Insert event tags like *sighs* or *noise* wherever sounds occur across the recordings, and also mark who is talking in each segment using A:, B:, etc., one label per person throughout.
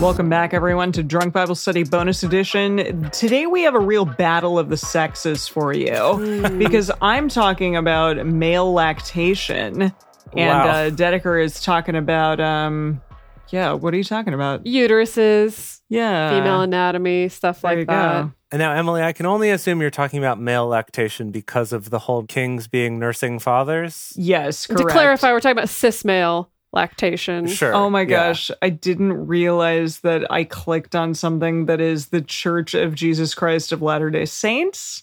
A: Welcome back, everyone, to Drunk Bible Study Bonus Edition. Today we have a real battle of the sexes for you
B: Hmm.
A: because I'm talking about male lactation, and
C: Wow.
A: uh, Dedeker is talking about um, yeah, what are you talking about?
B: uteruses,
A: Yeah,
B: female anatomy, stuff
A: Uh, There you
B: like that.
A: go.
C: And now, Emily, I can only assume you're talking about male lactation because of the whole kings being nursing fathers.
A: Yes, correct.
B: To clarify, we're talking about cis male lactation.
C: Sure.
A: Oh my
C: yeah.
A: gosh, I didn't realize that I clicked on something that is the Church of Jesus Christ of Latter Day Saints.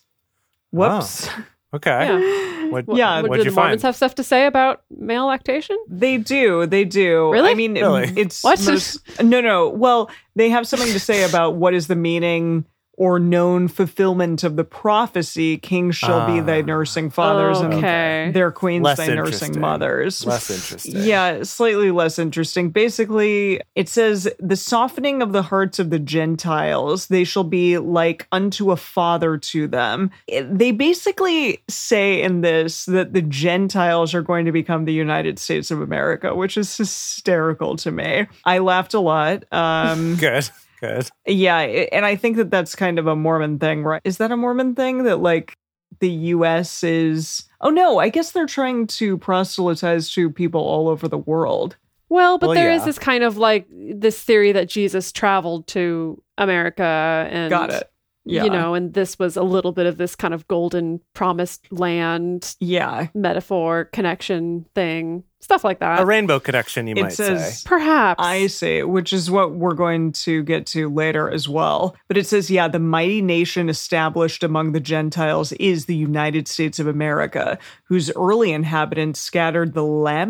A: Whoops.
C: Okay.
B: Yeah.
C: What,
B: What-
A: Yeah.
B: what-
C: What'd
B: do
C: you
B: the Mormons
C: find?
B: have stuff to say about male lactation?
A: They do. They do.
B: Really?
A: I mean,
C: Really?
A: it's
B: What?
A: most- no, no. Well, they have something to say about what is the meaning or known fulfillment of the prophecy: "Kings shall be thy
C: Ah.
A: nursing fathers,
B: Okay.
A: and their queens
C: Less
A: thy nursing
C: interesting.
A: mothers."
C: Less interesting.
A: Yeah, slightly less interesting. Basically, it says the softening of the hearts of the Gentiles, they shall be like unto a father to them. It- They basically say in this that the Gentiles are going to become the United States of America, which is hysterical to me. I laughed a lot. Um,
C: *laughs* Good. Good.
A: yeah, i- and I think that that's kind of a Mormon thing, right? Is that a Mormon thing that like the US is Oh no, I guess they're trying to proselytize to people all over the world.
B: Well, but
C: Well,
B: there is
C: yeah.
B: this kind of like this theory that Jesus traveled to America and
A: Got it. Yeah.
B: You know, and this was a little bit of this kind of golden promised land
A: Yeah.
B: metaphor connection thing, stuff like that.
C: A rainbow connection, you
A: Uh, it
C: might
A: says
C: say.
B: Perhaps.
A: I see, which is what we're going to get to later as well. But it says, yeah, the mighty nation established among the Gentiles is the United States of America, whose early inhabitants scattered the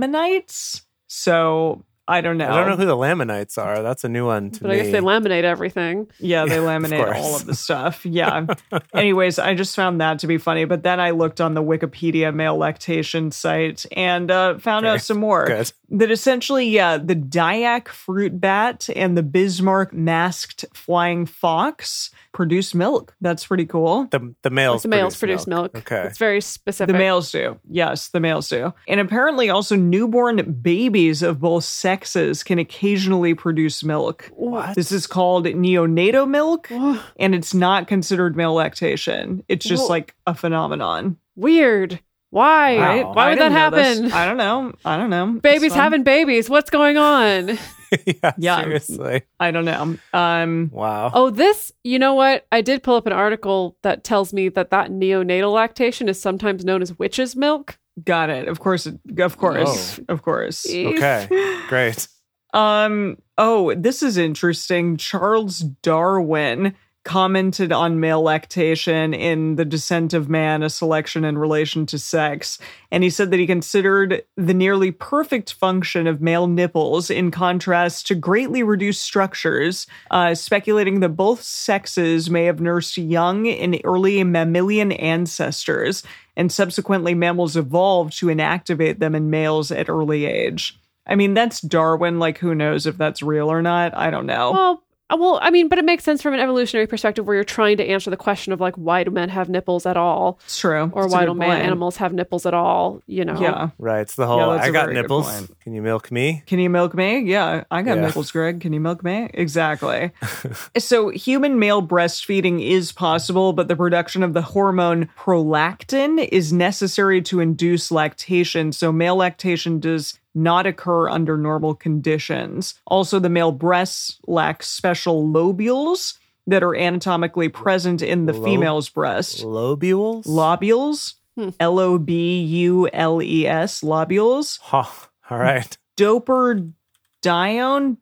A: Lamanites. So I don't know.
C: I don't know who the Lamanites are. That's a new one to
B: but
C: me.
B: I guess they laminate everything.
A: Yeah, they laminate
C: course.
A: all of the stuff. Yeah. Anyways, I just found that to be funny, but then I looked on the Wikipedia male lactation site and uh, found
C: Okay,
A: out some more.
C: Good.
A: That essentially, yeah, the Dyak fruit bat and the Bismarck masked flying fox produce milk. That's pretty cool.
C: The, the males,
B: the males produce milk.
C: Okay.
B: It's very specific.
A: The males do. Yes, the males do. And apparently, also, newborn babies of both sexes can occasionally produce milk.
C: What?
A: This is called neonatal milk.
B: Wha-
A: and it's not considered male lactation. It's just
B: Well-
A: like a phenomenon.
B: Weird. Why?
C: Wow.
B: Why would
A: I
B: that
A: didn't know this.
B: happen?
A: I don't know. I don't know. It's
B: *laughs* Babies
A: fun.
B: having babies. What's going on?
C: *laughs* yeah,
A: Yeah.
C: Seriously.
A: I don't know. Um.
C: Wow.
A: *laughs*
B: Oh, this, you know what? I did pull up an article that tells me that that neonatal lactation is sometimes known as witch's milk.
A: Got it. Of course. it- Of course. Of course.
C: Okay. Great.
A: Um. Oh, this is interesting. Charles Darwin commented on male lactation in The Descent of Man, a selection in relation to sex. And he said that he considered the nearly perfect function of male nipples in contrast to greatly reduced structures, uh, speculating that both sexes may have nursed young and early mammalian ancestors, and subsequently mammals evolved to inactivate them in males at early age. I mean, that's Darwin. Like, who knows if that's real or not? I don't know.
B: Well, uh, well, I mean, but it makes sense from an evolutionary perspective where you're trying to answer the question of like, why do men have nipples at all?
A: It's true.
B: Or
A: It's a
B: why
A: good
B: do man
A: point.
B: animals have nipples at all? You know?
A: Yeah.
C: Right. It's the whole
A: Yeah, that's
C: I
A: a
C: got
A: very good
C: nipples.
A: point.
C: Can you milk me?
A: Can you milk me? Yeah, I got
C: Yeah.
A: nipples, Greg. Can you milk me? Exactly. so, human male breastfeeding is possible, but the production of the hormone prolactin is necessary to induce lactation. So, male lactation does not occur under normal conditions. Also, the male breasts lack special lobules that are anatomically present in the
C: Lo-
A: female's breast.
C: Lobules?
A: Lobules,
B: Hmm.
A: L O B U L E S, lobules.
C: Huh. All right.
A: Doperdione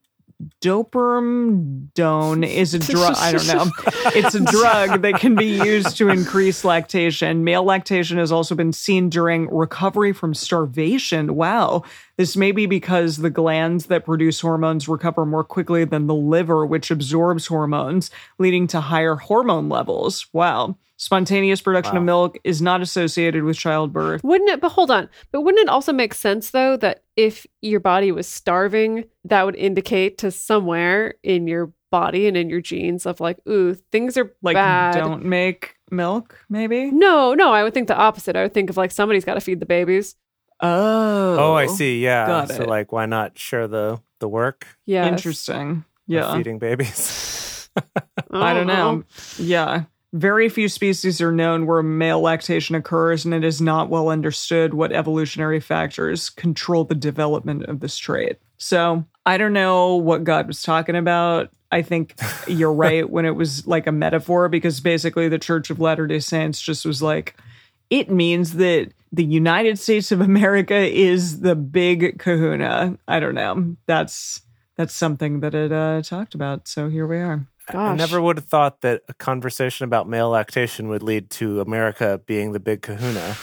A: Dopermdone is a drug. I don't know. It's a drug that can be used to increase lactation. Male lactation has also been seen during recovery from starvation. Wow. This may be because the glands that produce hormones recover more quickly than the liver, which absorbs hormones, leading to higher hormone levels. Wow. Spontaneous production of
C: Wow.
A: milk is not associated with childbirth.
B: Wouldn't it? But hold on. But wouldn't it also make sense though that if your body was starving, that would indicate to somewhere in your body and in your genes of like, ooh, things are
A: like
B: bad.
A: don't make milk, maybe?
B: No, no, I would think the opposite. I would think of like somebody's got to feed the babies.
A: Oh.
C: Oh, I see. Yeah.
A: got
C: so
A: it.
C: like why not share the the work
B: Yeah.
A: Interesting.
C: of
A: Yeah.
C: feeding babies?
B: Oh,
A: I don't know. Yeah. Very few species are known where male lactation occurs, and it is not well understood what evolutionary factors control the development of this trait. So I don't know what God was talking about. I think you're right when it was like a metaphor, because basically the Church of Latter day Saints just was like, it means that the United States of America is the big kahuna. I don't know. That's that's something that it uh, talked about. So here we are.
C: I
B: Gosh.
C: never would have thought that a conversation about male lactation would lead to America being the big kahuna.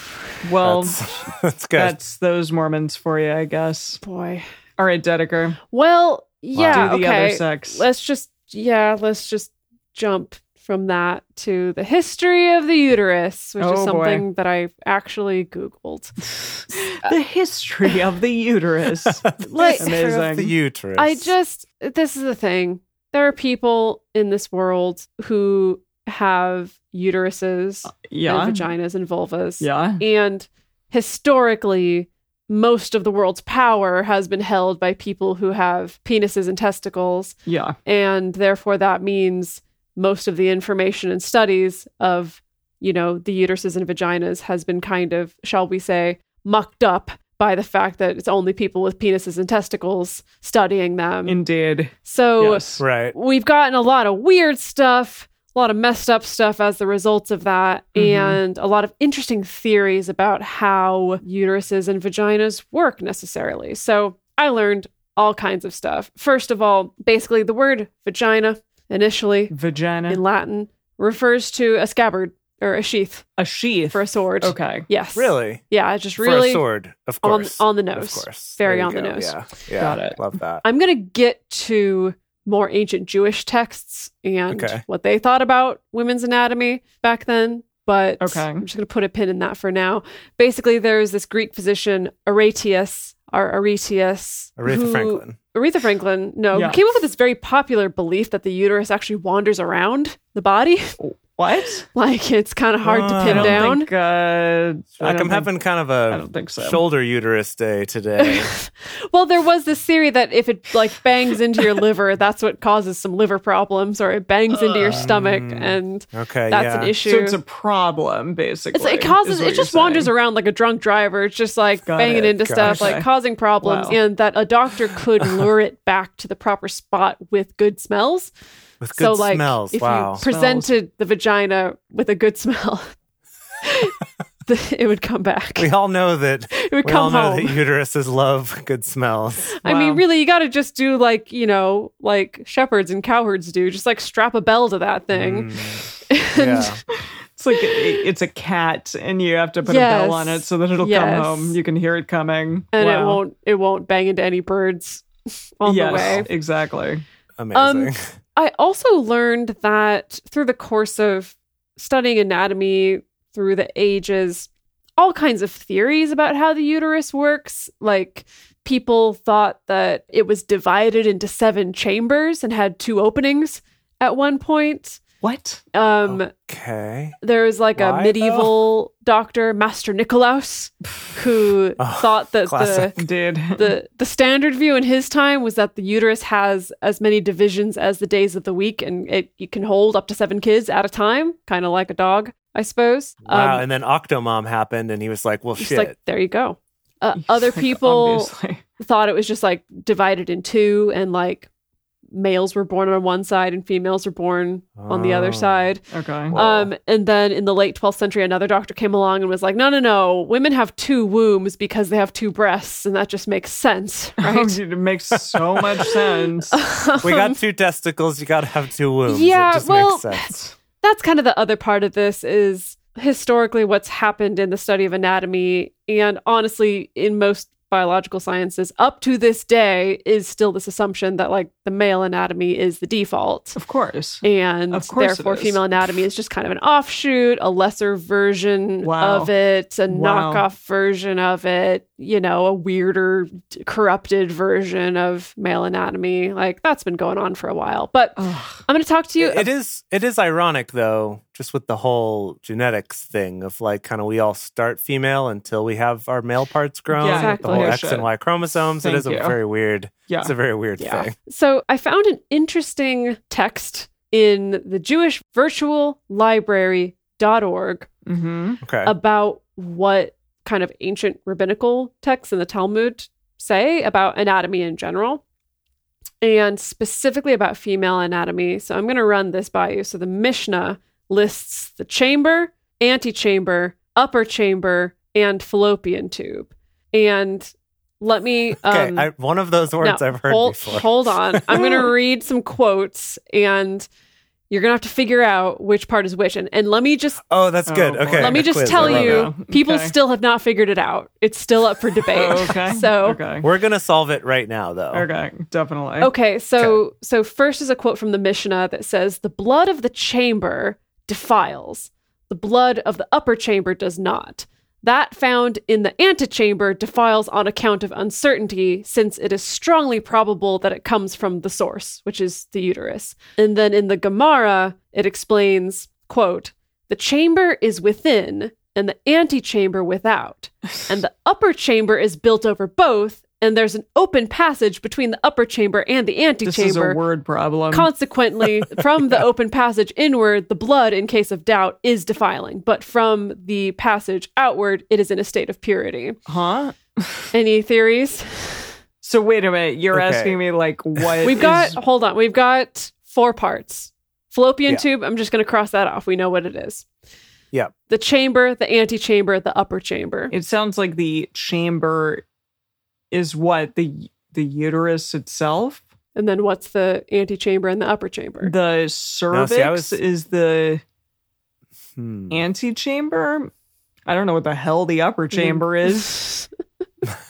A: Well,
C: that's, *laughs* that's good.
A: that's those Mormons for you, I guess.
B: Boy.
A: All right, Dedeker,
B: Well, yeah.
A: do the
B: okay.
A: other sex.
B: Let's just yeah, let's just jump from that to the history of the uterus, which
A: Oh,
B: is
A: boy.
B: something that I actually googled.
A: the history of the
B: *laughs*
A: uterus.
C: *laughs*
B: Like-
A: amazing.
C: the uterus.
B: I just this is the thing. There are people in this world who have uteruses
A: Uh, yeah,
B: and vaginas and vulvas.
A: yeah.
B: And historically, most of the world's power has been held by people who have penises and testicles.
A: Yeah,
B: And therefore, that means most of the information and studies of, you know, the uteruses and vaginas has been kind of, shall we say, mucked up by the fact that it's only people with penises and testicles studying them.
A: indeed.
B: so
A: yes.
C: right.
B: we've gotten a lot of weird stuff, a lot of messed up stuff as the result of that,
A: Mhm.
C: Mm-hmm.
B: and a lot of interesting theories about how uteruses and vaginas work necessarily. So I learned all kinds of stuff. First of all, basically, the word vagina initially
A: Vagina,
B: in Latin refers to a scabbard or a sheath
A: a sheath.
B: for a sword.
A: okay,
B: Yes.
C: Really?
B: Yeah, just
C: For
B: really
C: a sword, of
B: on,
C: course.
B: on the
C: Of
B: nose.
C: course.
B: Very
C: There you
B: on the
C: go.
B: nose.
C: Yeah. yeah.
A: Got it.
C: Love that.
B: I'm going to get to more ancient Jewish texts and
C: Okay.
B: what they thought about women's anatomy back then, but
A: Okay.
B: I'm just going to put a pin in that for now. Basically, there's this Greek physician, Aretius, or Aretius.
C: Aretha
B: who-
C: Franklin.
B: Aretha Franklin, no,
A: Yeah.
B: who came up with this very popular belief that the uterus actually wanders around the body. *laughs*
A: what?
B: like it's kind of hard to
C: Wow.
A: I
B: pin
A: don't
B: down.
A: think. Uh,
C: Like
A: I
C: I'm
A: don't think,
C: having kind of
A: I
C: a
A: don't think so.
C: shoulder uterus day
B: *laughs*
C: today.
B: Well, there was this theory that if it like
A: *laughs*
B: bangs into your liver, that's what causes some liver problems, or it bangs into your stomach,
C: Mm.
B: and
C: Okay.
B: that's
C: yeah.
B: an issue.
A: so it's a problem, basically.
B: It's- it causes
A: is what
B: it just
A: you're
B: wanders
A: saying.
B: around like a drunk driver. It's just like
A: Got
B: banging
A: it.
B: into stuff,
A: Gotcha.
B: like causing problems,
A: Wow.
B: and that a doctor
A: *laughs*
B: could lure it back to the proper spot with good smells.
C: With
B: so
C: good
B: like
C: smells.
B: if
C: Wow.
B: you *laughs* presented the vagina with a good
A: *laughs*
B: smell, the- it would come back.
C: we all know that
B: It would
C: we all
B: come
C: know
B: home.
C: that uteruses love good smells.
B: I mean,
A: Wow.
B: really, you got to just do like you know, like shepherds and cowherds do, just like strap a bell to that thing.
C: Mm,
B: *laughs* And-
C: yeah.
A: It's like it- it's a cat, and you have to put a
B: Yes.
A: bell on it so that it'll
B: Yes.
A: come home. You can hear it coming,
B: and
A: Wow.
B: it won't it won't bang into any birds *laughs* on
A: yes,
B: the way.
A: exactly.
C: Amazing.
B: um, I also learned that through the course of studying anatomy through the ages, all kinds of theories about how the uterus works, like people thought that it was divided into seven chambers and had two openings at one point.
A: What?
B: Um
C: okay.
B: there was like
C: Oh. Why,
B: a
C: though?
B: medieval doctor,
C: *laughs*
B: Master Nicolaus, who
C: Oh,
B: thought that the
C: classic.
A: Dude. *laughs*
B: the the standard view in his time was that the uterus has as many divisions as the days of the week and it, it can hold up to seven kids at a time kind of like a dog i suppose
C: Wow.
B: um,
C: and then Octomom happened, and he was like, "Well,
B: just
C: shit."
B: like there you go
A: *laughs*
B: uh, other
A: Like,
B: people
A: obviously.
B: thought it was just like divided in two and like males were born on one side and females were born on the
C: Oh.
B: other side
A: Okay.
C: Well-
B: um, and then in the late 12th century another doctor came along and was like no no no women have two wombs because they have two breasts and that just
C: *laughs*
B: makes sense
A: Oh,
B: *laughs* right Uh,
A: dude, *laughs* it makes so
B: *laughs*
A: much sense.
C: we got two testicles. You got to have two wombs.
B: "Hmm." yeah,
C: it just
B: well,
C: makes sense.
B: that's kind of the other part of this is historically what's happened in the study of anatomy and honestly in most biological sciences up to this day is still this assumption that like the male anatomy is the default
A: Of course.
B: and
A: Of course it
B: therefore
A: is.
B: female anatomy is just kind of an offshoot a lesser version
A: Wow.
B: of it a
A: Wow.
B: knockoff version of it you know a weirder d- corrupted version of male anatomy like that's been going on for a while but
A: Ugh.
B: i'm going to talk to you
C: it is. It is ironic, though. just with the whole genetics thing of like kind of we all start female until we have our male parts grown.
A: Yeah,
C: with The
B: exactly.
C: whole
A: No
C: X
A: shit.
C: and Y chromosomes.
A: Thank
C: it is a
A: you.
C: very weird.
A: Yeah.
C: It's a very weird
A: Yeah.
C: thing.
B: So I found an interesting text in the Jewish Virtual Library.org *laughs*
A: hmm
C: Okay.
B: Uh, about what kind of ancient rabbinical texts in the Talmud say about anatomy in general and specifically about female anatomy. So I'm going to run this by you. So the Mishnah lists the chamber, antechamber, upper chamber, and fallopian tube. And let me
C: okay.
B: um,
C: I, one of those words
B: no,
C: I've heard
B: hold,
C: before. *laughs*
B: Hold on. I'm going to read some quotes and you're going to have to figure out which part is which. And, and let me just
C: Oh, that's
A: Oh,
C: good.
A: boy.
C: Okay.
B: let me
C: a
B: just
C: quiz. I
B: tell
C: love
B: you,
C: it.
A: it.
B: people
A: Okay.
B: still have not figured it out. It's still up
C: *laughs*
B: for debate.
C: Oh,
A: okay.
B: *laughs* So okay,
A: okay.
C: We're gonna solve it right now, though.
A: Okay, definitely.
B: so so first is a quote from the Mishnah that says, "The blood of the chamber defiles; the blood of the upper chamber does not. That found in the antechamber defiles on account of uncertainty, since it is strongly probable that it comes from the source, which is the uterus." And then in the Gemara, it explains, "quote The chamber is within, and the antechamber without."
A: *laughs*
B: and the upper chamber is built over both, and there's an open passage between the upper chamber and the
A: This is a
B: antechamber.
A: word problem. *laughs*
B: Consequently, from the open passage inward, the blood, in case of doubt, is defiling, but from the passage outward, it is in a state of purity.
A: huh?
B: Any theories?
A: So wait a minute. You're
C: Okay.
A: asking me
B: *laughs*
A: like what?
B: We've
A: is-
B: got, hold on, we've got four parts. Fallopian
C: Yeah.
B: tube, I'm just going to cross that off. We know what it is.
C: Yeah.
B: The chamber, the antechamber, the upper chamber.
A: It sounds like the chamber is what the the uterus itself.
B: and then what's the antechamber and the upper chamber?
A: The cervix
C: was-
A: is the
C: Hmm.
A: antechamber. I don't know what the hell the upper chamber is.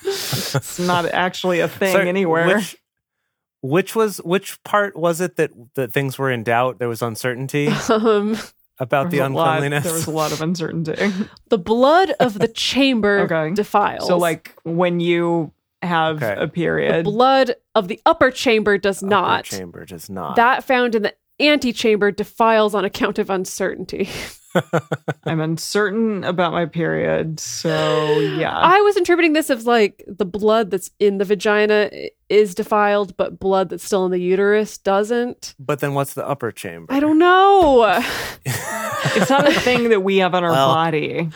A: It's not actually a thing
C: So
A: anywhere.
C: Which, which was which part was it that that things were in doubt? There
A: *sighs*
C: was uncertainty
B: *laughs* um,
C: about the
A: There was a lot-
C: uncleanliness. *laughs*
A: there was a lot of uncertainty.
B: the blood of the chamber
A: *laughs* Okay.
B: defiles.
A: so like when you have
C: Okay.
A: a
B: the
A: period,
B: blood of the upper chamber does
C: Upper
B: not.
C: chamber does not.
B: That found in the antechamber defiles on account of uncertainty.
A: I'm uncertain about my period. So yeah.
B: I was interpreting this as like the blood that's in the vagina i- is defiled, but blood that's still in the uterus doesn't.
C: but then what's the upper chamber? *laughs*
B: I don't know.
A: it's not a thing that we have on our
C: Well.
A: body.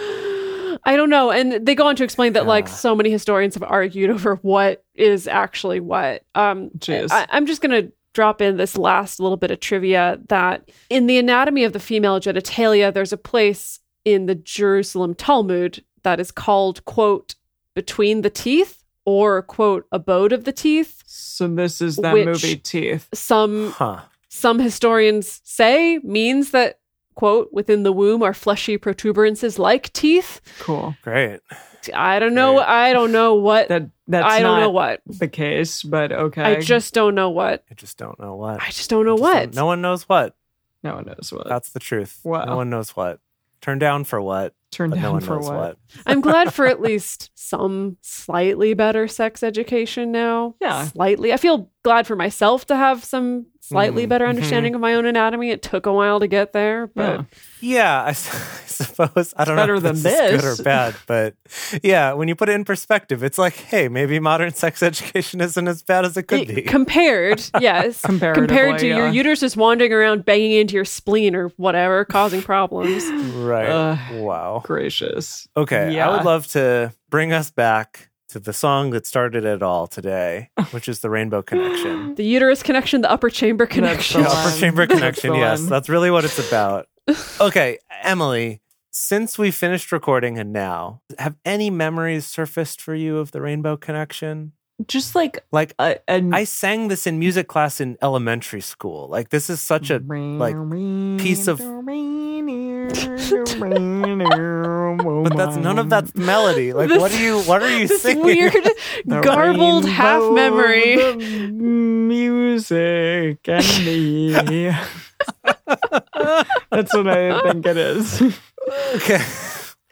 B: I don't know. And they go on to explain that, like,
C: Yeah.
B: so many historians have argued over what is actually what. Um,
A: Jeez.
B: I, I'm just going to drop in this last little bit of trivia that in the anatomy of the female genitalia, there's a place in the Jerusalem Talmud that is called, quote, between the teeth or, quote, abode of the teeth.
A: So this is that
B: Which-
A: movie Teeth.
B: Some
C: Huh.
B: some historians say means that, quote, within the womb are fleshy protuberances like teeth.
A: Cool.
C: Great.
B: I don't know.
C: Right.
B: I don't know what.
A: That that's
B: I don't
A: not
B: know what.
A: the case, but okay.
B: I just don't know what.
C: I just don't know what.
B: I just don't know
C: Just
B: what.
C: don't- No one knows what.
A: no one knows what
C: That's the truth.
A: Wow.
C: No one knows what. Turn down for what?
A: turned
C: But
A: down
C: no one
A: for
C: knows
A: what.
C: what.
B: I'm glad for at least some slightly better sex education now.
A: Yeah.
B: Slightly. I feel glad for myself to have some slightly
C: Mhm.
B: better
C: Mhm.
B: understanding of my own anatomy. It took a while to get there, but *laughs*
A: Yeah.
C: Yeah, I, s- *laughs* I suppose I don't
A: better
C: know if
A: than
C: this is
A: this.
C: good or bad, but yeah, when you put it in perspective, it's like, hey, maybe modern *laughs* sex education isn't as bad as it could
B: it-
C: be. *laughs*
B: compared, yes.
A: *laughs* Comparatively, uh,
B: Compared to your
A: yeah.
B: uterus just wandering around banging into your spleen or whatever, causing problems.
C: right?
A: Ugh.
C: wow.
A: gracious.
C: Okay,
A: uh, Yeah.
C: I would love to bring us back to the song that started it all today, which is the Rainbow Connection.
A: *gasps*
B: The uterus connection, the upper chamber connection.
C: The upper
A: one. *laughs*
C: chamber
A: That's
C: connection.
A: the
C: yes,
A: one.
C: that's really what it's
A: *laughs*
C: about. okay, Emily. Since we finished recording and now, have any memories surfaced for you of the Rainbow Connection?
A: Just like
C: Like
A: a, an
C: I sang this in music class in elementary school. Like this is such a like piece of- *laughs* but
A: but
C: that's none of
A: *laughs*
C: that's melody. Like what
B: This-
C: are you what *laughs* are you
B: this
C: singing?
B: weird garbled half *laughs* memory.
A: music and *laughs* me. that's what I think it is. *laughs*
C: Okay.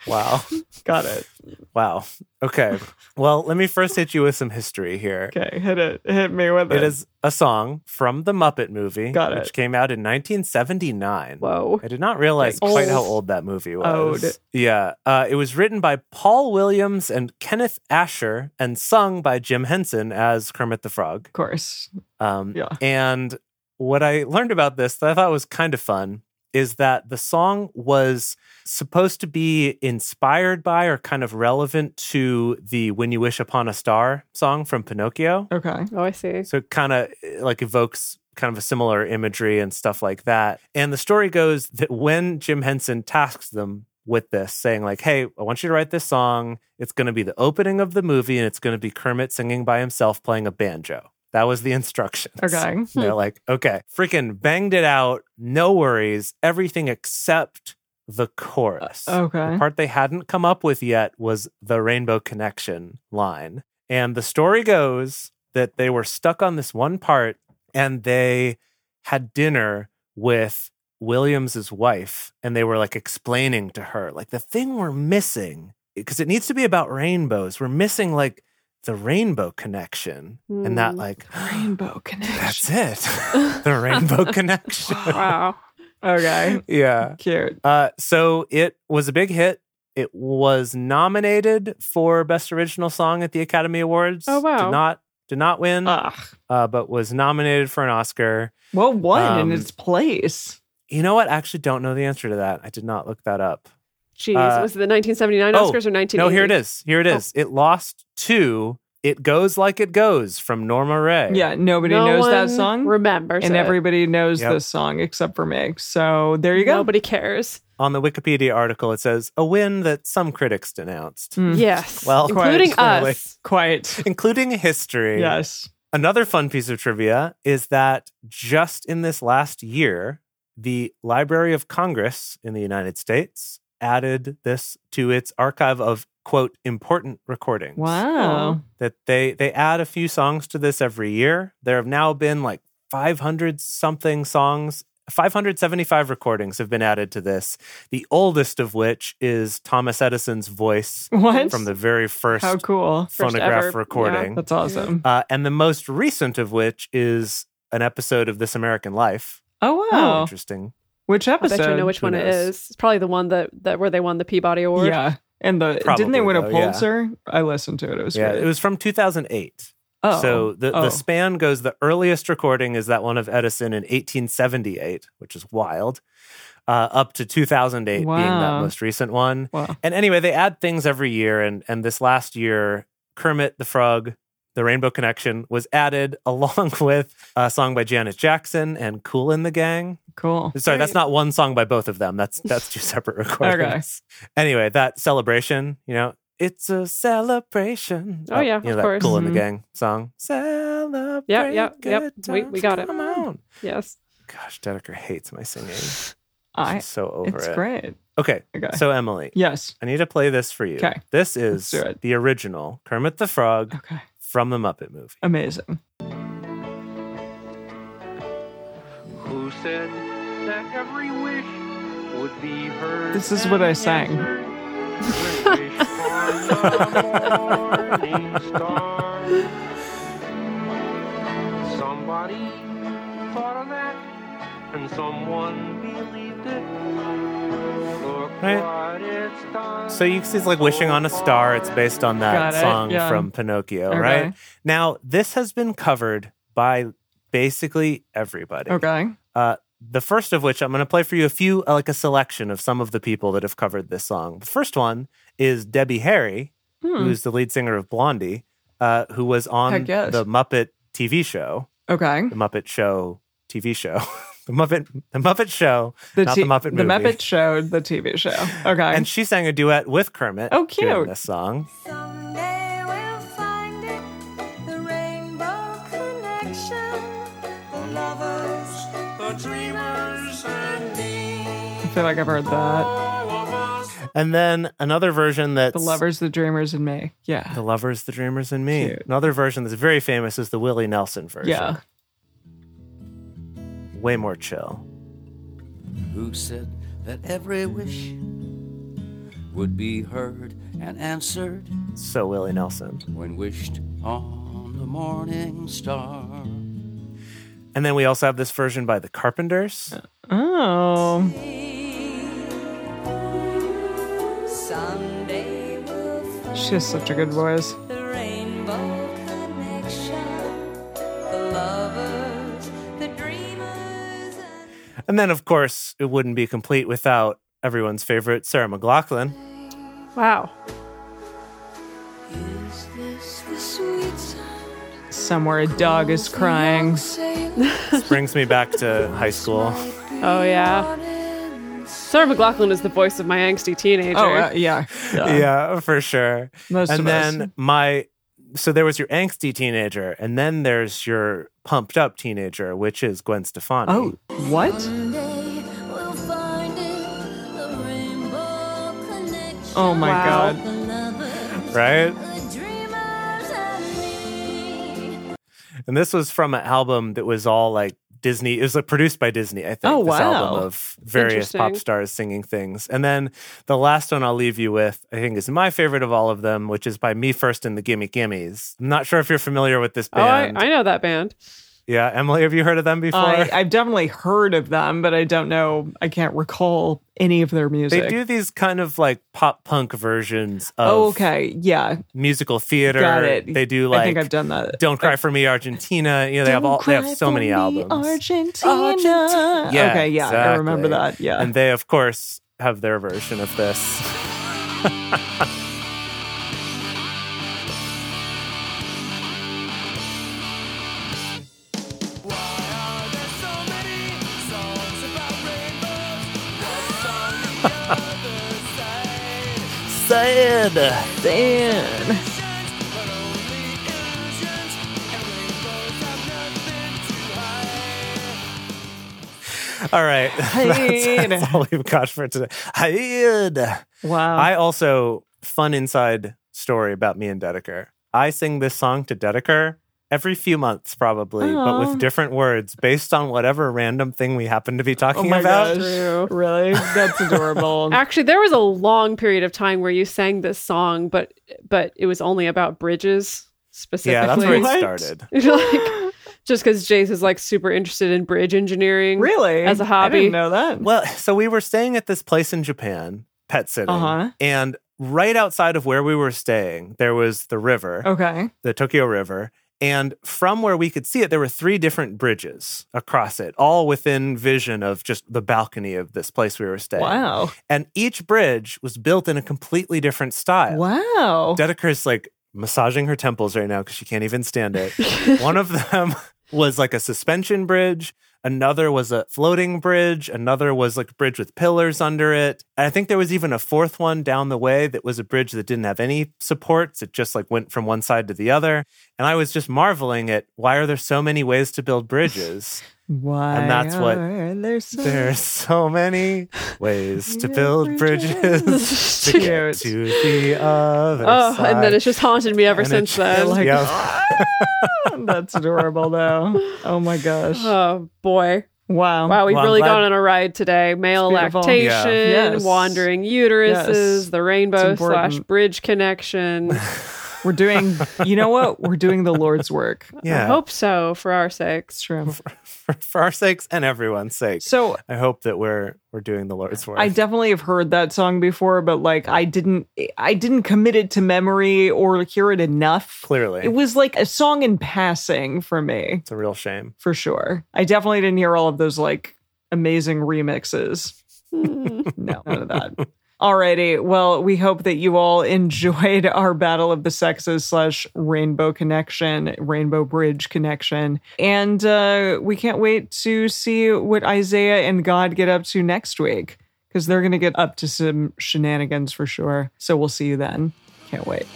C: Wow.
A: Got it.
C: Wow. Okay. Well, let me first hit you with some history here.
A: Okay, hit it. Hit me with it.
C: It is a song from the Muppet movie,
A: Got
C: which
A: it.
C: came out in 1979.
A: Whoa.
C: I did not realize
A: That's
C: quite how
A: old.
C: old that movie
A: Old.
C: was. Yeah. Uh, it was written by Paul Williams and Kenneth Asher and sung by Jim Henson as Kermit the Frog.
A: Of course.
C: Um,
A: Yeah.
C: And what I learned about this that I thought was kind of fun is that the song was supposed to be inspired by or kind of relevant to the When You Wish Upon a Star song from Pinocchio.
A: Okay.
B: Oh, I see.
C: So it kind of like evokes kind of a similar imagery and stuff like that. And the story goes that when Jim Henson tasks them with this, saying like, "Hey, I want you to write this song. It's going to be the opening of the movie, and it's going to be Kermit singing by himself playing a banjo." That was the instructions.
A: Okay.
C: And They're like, okay, freaking banged it out. No worries. Everything except the chorus. The
A: Uh, Okay.
C: part they hadn't come up with yet was the Rainbow Connection line. And the story goes that they were stuck on this one part and they had dinner with Williams's wife and they were like explaining to her like the thing we're missing because it needs to be about rainbows. We're missing like the rainbow connection and not
B: Hmm.
C: like
A: Rainbow connection.
C: that's it. *laughs* the rainbow connection.
B: *laughs* Wow.
A: *laughs* Okay.
C: *laughs* Yeah.
A: Cute.
C: Uh, so it was a big hit. It was nominated for Best Original Song at the Academy Awards.
B: Oh, wow.
C: Did not did not win, uh,
A: Ugh.
C: but was nominated for an Oscar.
A: Well, one
C: Um,
A: in its place.
C: You know what? I actually don't know the answer to that. I did not look that up.
B: Jeez,
C: Uh,
B: was it the 1979
C: oh,
B: Oscars or 1980?
C: No, here it is. Here it is. It lost to It Goes Like It Goes from Norma Ray.
A: Yeah, nobody
B: No
A: knows that
B: one
A: song.
B: Remembers
A: and
B: it.
A: everybody knows
C: Yep.
A: this song except for me. So there you go.
B: Nobody cares.
C: On the Wikipedia article, it says a win that some critics denounced,
A: Mm,
B: Yes.
C: Well,
B: including
C: quite clearly.
B: us.
A: Quite.
C: including history.
A: Yes.
C: Another fun piece of trivia is that just in this last year, the Library of Congress in the United States added this to its archive of quote important recordings.
A: Wow.
C: That they they add a few songs to this every year. There have now been like 500 something songs. 575 recordings have been added to this. The oldest of which is Thomas Edison's voice
A: What?
C: from the very first
A: How cool.
B: First
C: phonograph
B: ever.
C: recording.
A: That's awesome.
C: Uh, and the most recent of which is an episode of This American Life.
A: Oh wow.
C: Interesting.
A: Which
B: I
A: episode?
B: bet you know which
C: Who
B: one it
C: knows?
B: is. It's probably the one that, that where they won the Peabody Award.
A: Yeah. And the didn't
C: Probably,
A: they win a
C: though, yeah.
A: Pulitzer? I listened to it. It was
C: yeah,
A: great.
C: it was from 2008.
A: oh.
C: so the,
A: Oh.
C: the span goes the earliest recording is that one of Edison in 1878, which is wild, uh, up to 2008 being that
A: Wow.
C: most recent one.
A: wow.
C: And anyway, they add things every year. And, and this last year, Kermit the Frog, The Rainbow Connection was added *laughs* along with a song by Janet Jackson and Cool in the Gang.
A: Cool.
C: Sorry, that's
B: Great.
C: not one song by both of them. That's that's
B: *laughs*
C: two separate recordings. Anyway, that celebration, you know, it's a celebration.
B: Oh, yeah,
C: you know,
B: of
C: that
B: course.
C: Cool in the
A: Mhm.
C: Gang song. Celebrate.
B: Yeah, yeah, yep.
C: good
B: We- we got it. Mm-hmm.
C: times. Come on.
B: Yes.
C: Gosh, Dedeker hates my singing. She's
A: I
C: so over
A: it's
C: it.
A: great.
C: Okay,
A: Okay.
C: so Emily,
A: yes.
C: I need to play this for you.
A: 'Kay.
C: This is
A: do it.
C: the original Kermit the Frog
A: Okay.
C: from the Muppet movie.
A: Amazing.
D: Who said that every wish would be heard?
A: This is what I
D: and
A: sang.
D: answered? When wished for the morning star. Somebody thought of that, and someone believed it. Look
C: Right.
D: what it's done.
C: So you see, it's like wishing on a star. It's based on that
A: Got it,
C: song
A: yeah.
C: from Pinocchio,
A: Okay.
C: right? Now this has been covered by basically everybody.
A: Okay.
C: Uh, the first of which I'm going to play for you a few, uh, like a selection of some of the people that have covered this song. The first one is Debbie Harry,
A: Hmm.
C: who's the lead singer of Blondie, uh, who was on
A: Heck yes.
C: the Muppet TV show,
A: Okay.
C: the Muppet Show TV show, *laughs* the Muppet the Muppet Show, not
A: T-
C: the Muppet
A: The
C: movie.
A: Muppet Show, the TV show. Okay.
C: *laughs* and she sang a duet with Kermit.
A: Oh,
C: during
A: cute.
C: This song.
E: Someday we'll find it, the rainbow connection, the lovers, the dreamers, and
A: I
E: me.
A: feel like I've heard that.
C: And then another version that's
A: The lovers, the dreamers, and me. Yeah.
C: The Lovers, the Dreamers, and Me.
A: Cute.
C: Another version that's very famous is the Willie Nelson version.
A: Yeah.
C: Way more chill.
F: who said that every wish would be heard and answered
C: So Willie Nelson.
F: when wished on the morning star.
C: And then we also have this version by the Carpenters.
A: Oh.
E: Someday we'll
A: She has such a good voice.
E: the rainbow connection, the lovers, the dreamers, and
C: And then, of course, it wouldn't be complete without everyone's favorite Sarah McLaughlin.
B: Wow.
E: is this the sweet sound?
A: Somewhere a dog is crying. *laughs*
C: This brings me back to high school.
B: Oh, yeah. Sarah McLaughlin is the voice of my angsty teenager.
A: Oh, uh, yeah.
C: yeah, for sure.
A: Most
C: and
A: of us.
C: then my so there was your angsty teenager, and then there's your pumped up teenager, which is Gwen Stefani.
A: Oh, what? Oh my
B: Wow.
A: god.
C: right.
E: Right?
C: And this was from an album that was all like Disney. It was like produced by Disney, I think.
A: Oh,
C: This
A: wow.
C: album of various
B: Interesting.
C: pop stars singing things. And then the last one I'll leave you with, I think, is my favorite of all of them, which is by Me First and the Gimme Gimmies. I'm not sure if you're familiar with this
B: Oh, I,
C: band.
B: I know that band.
C: yeah, Emily, have you heard of them before?
A: I, I've definitely heard of them, but I don't know. I can't recall any of their music.
C: they do these kind of like pop punk versions of
A: Oh, okay. Yeah.
C: musical theater.
A: Got it.
C: They do
A: I
C: like
A: think I've done that.
C: Don't Cry for Me Argentina. You know, they have all they have so many albums.
A: Argentina.
C: Yeah,
A: okay, yeah, I remember that.
C: exactly.
A: Yeah.
C: And they, of course, have their version of this. Sad.
A: Then-
C: All right. *laughs* That's, that's all we've got for today.
A: Uh.
C: Hide.
A: wow.
C: I also fun inside story about me and Dedeker. I sing this song to Dedeker every few months, probably, but
A: Aw.
C: with different words based on whatever random thing we happen to be
A: oh
C: talking
A: my
C: about.
A: gosh. Really? That's adorable. *laughs*
B: Actually, there was a long period of time where you sang this song, but but it was only about bridges specifically.
C: Yeah, that's where it
A: What?
C: started.
B: *laughs* like, just because Jace is like super interested in bridge engineering.
A: really?
B: As a
A: I
B: hobby.
A: didn't know that.
C: Well, so we were staying at this place in Japan, pet sitting,
A: Uh-huh.
C: and right outside of where we were staying, there was the river.
A: Okay.
C: the Tokyo River. And from where we could see it, there were three different bridges across it, all within vision of just the balcony of this place we were staying.
A: Wow.
C: And each bridge was built in a completely different
A: uh,
C: style. *laughs*
A: Wow.
C: Dedeker's like massaging her temples right now because she can't even stand
B: *laughs*
C: it. One of them *laughs* was like a suspension bridge. Another was a floating bridge. Another was like a bridge with pillars under it. And I think there was even a fourth one down the way that was a bridge that didn't have any supports. It just like went from one side to the other. And I was just marveling at why are there so many ways to build
B: *laughs*
C: bridges?
A: Why?
C: And that's what-
A: are there so-
C: There's so many ways to build bridges *laughs* to
B: Cute.
C: get to the other
B: *laughs* Oh,
C: side.
B: and then it's just haunted me ever
C: And
B: since
C: it's "Oh,
B: then.
C: just- yeah.
A: *laughs* That's adorable, *laughs* though. Oh my gosh.
B: oh boy.
A: wow.
B: Wow, we've
C: Well, I'm
B: really
C: glad-
B: gone on a ride today. Male
A: It's beautiful.
B: lactation,
C: Yeah.
A: Yes.
B: wandering uteruses,
A: Yes.
B: the rainbow
A: It's important.
B: slash bridge connection.
A: We're doing, you know what? We're doing the Lord's work.
B: I
C: *laughs* Yeah.
B: hope so for our sakes.
A: It's true.
C: for, for our sakes and everyone's sake.
A: So
C: I hope that we're we're doing the Lord's work.
A: I definitely have heard that song before, but like I didn't, I didn't commit it to memory or hear it enough.
C: Clearly,
A: It was like a song in passing for me,
C: it's a real shame.
A: for sure. I definitely didn't hear all of those like amazing remixes. *laughs* no, none of that. Alrighty. Well, we hope that you all enjoyed *laughs* our Battle of the Sexes slash Rainbow Connection, Rainbow Bridge Connection. And uh, we can't wait to see what Isaiah and God get up to next week because they're going to get up to some shenanigans for sure. So we'll see you then. Can't wait.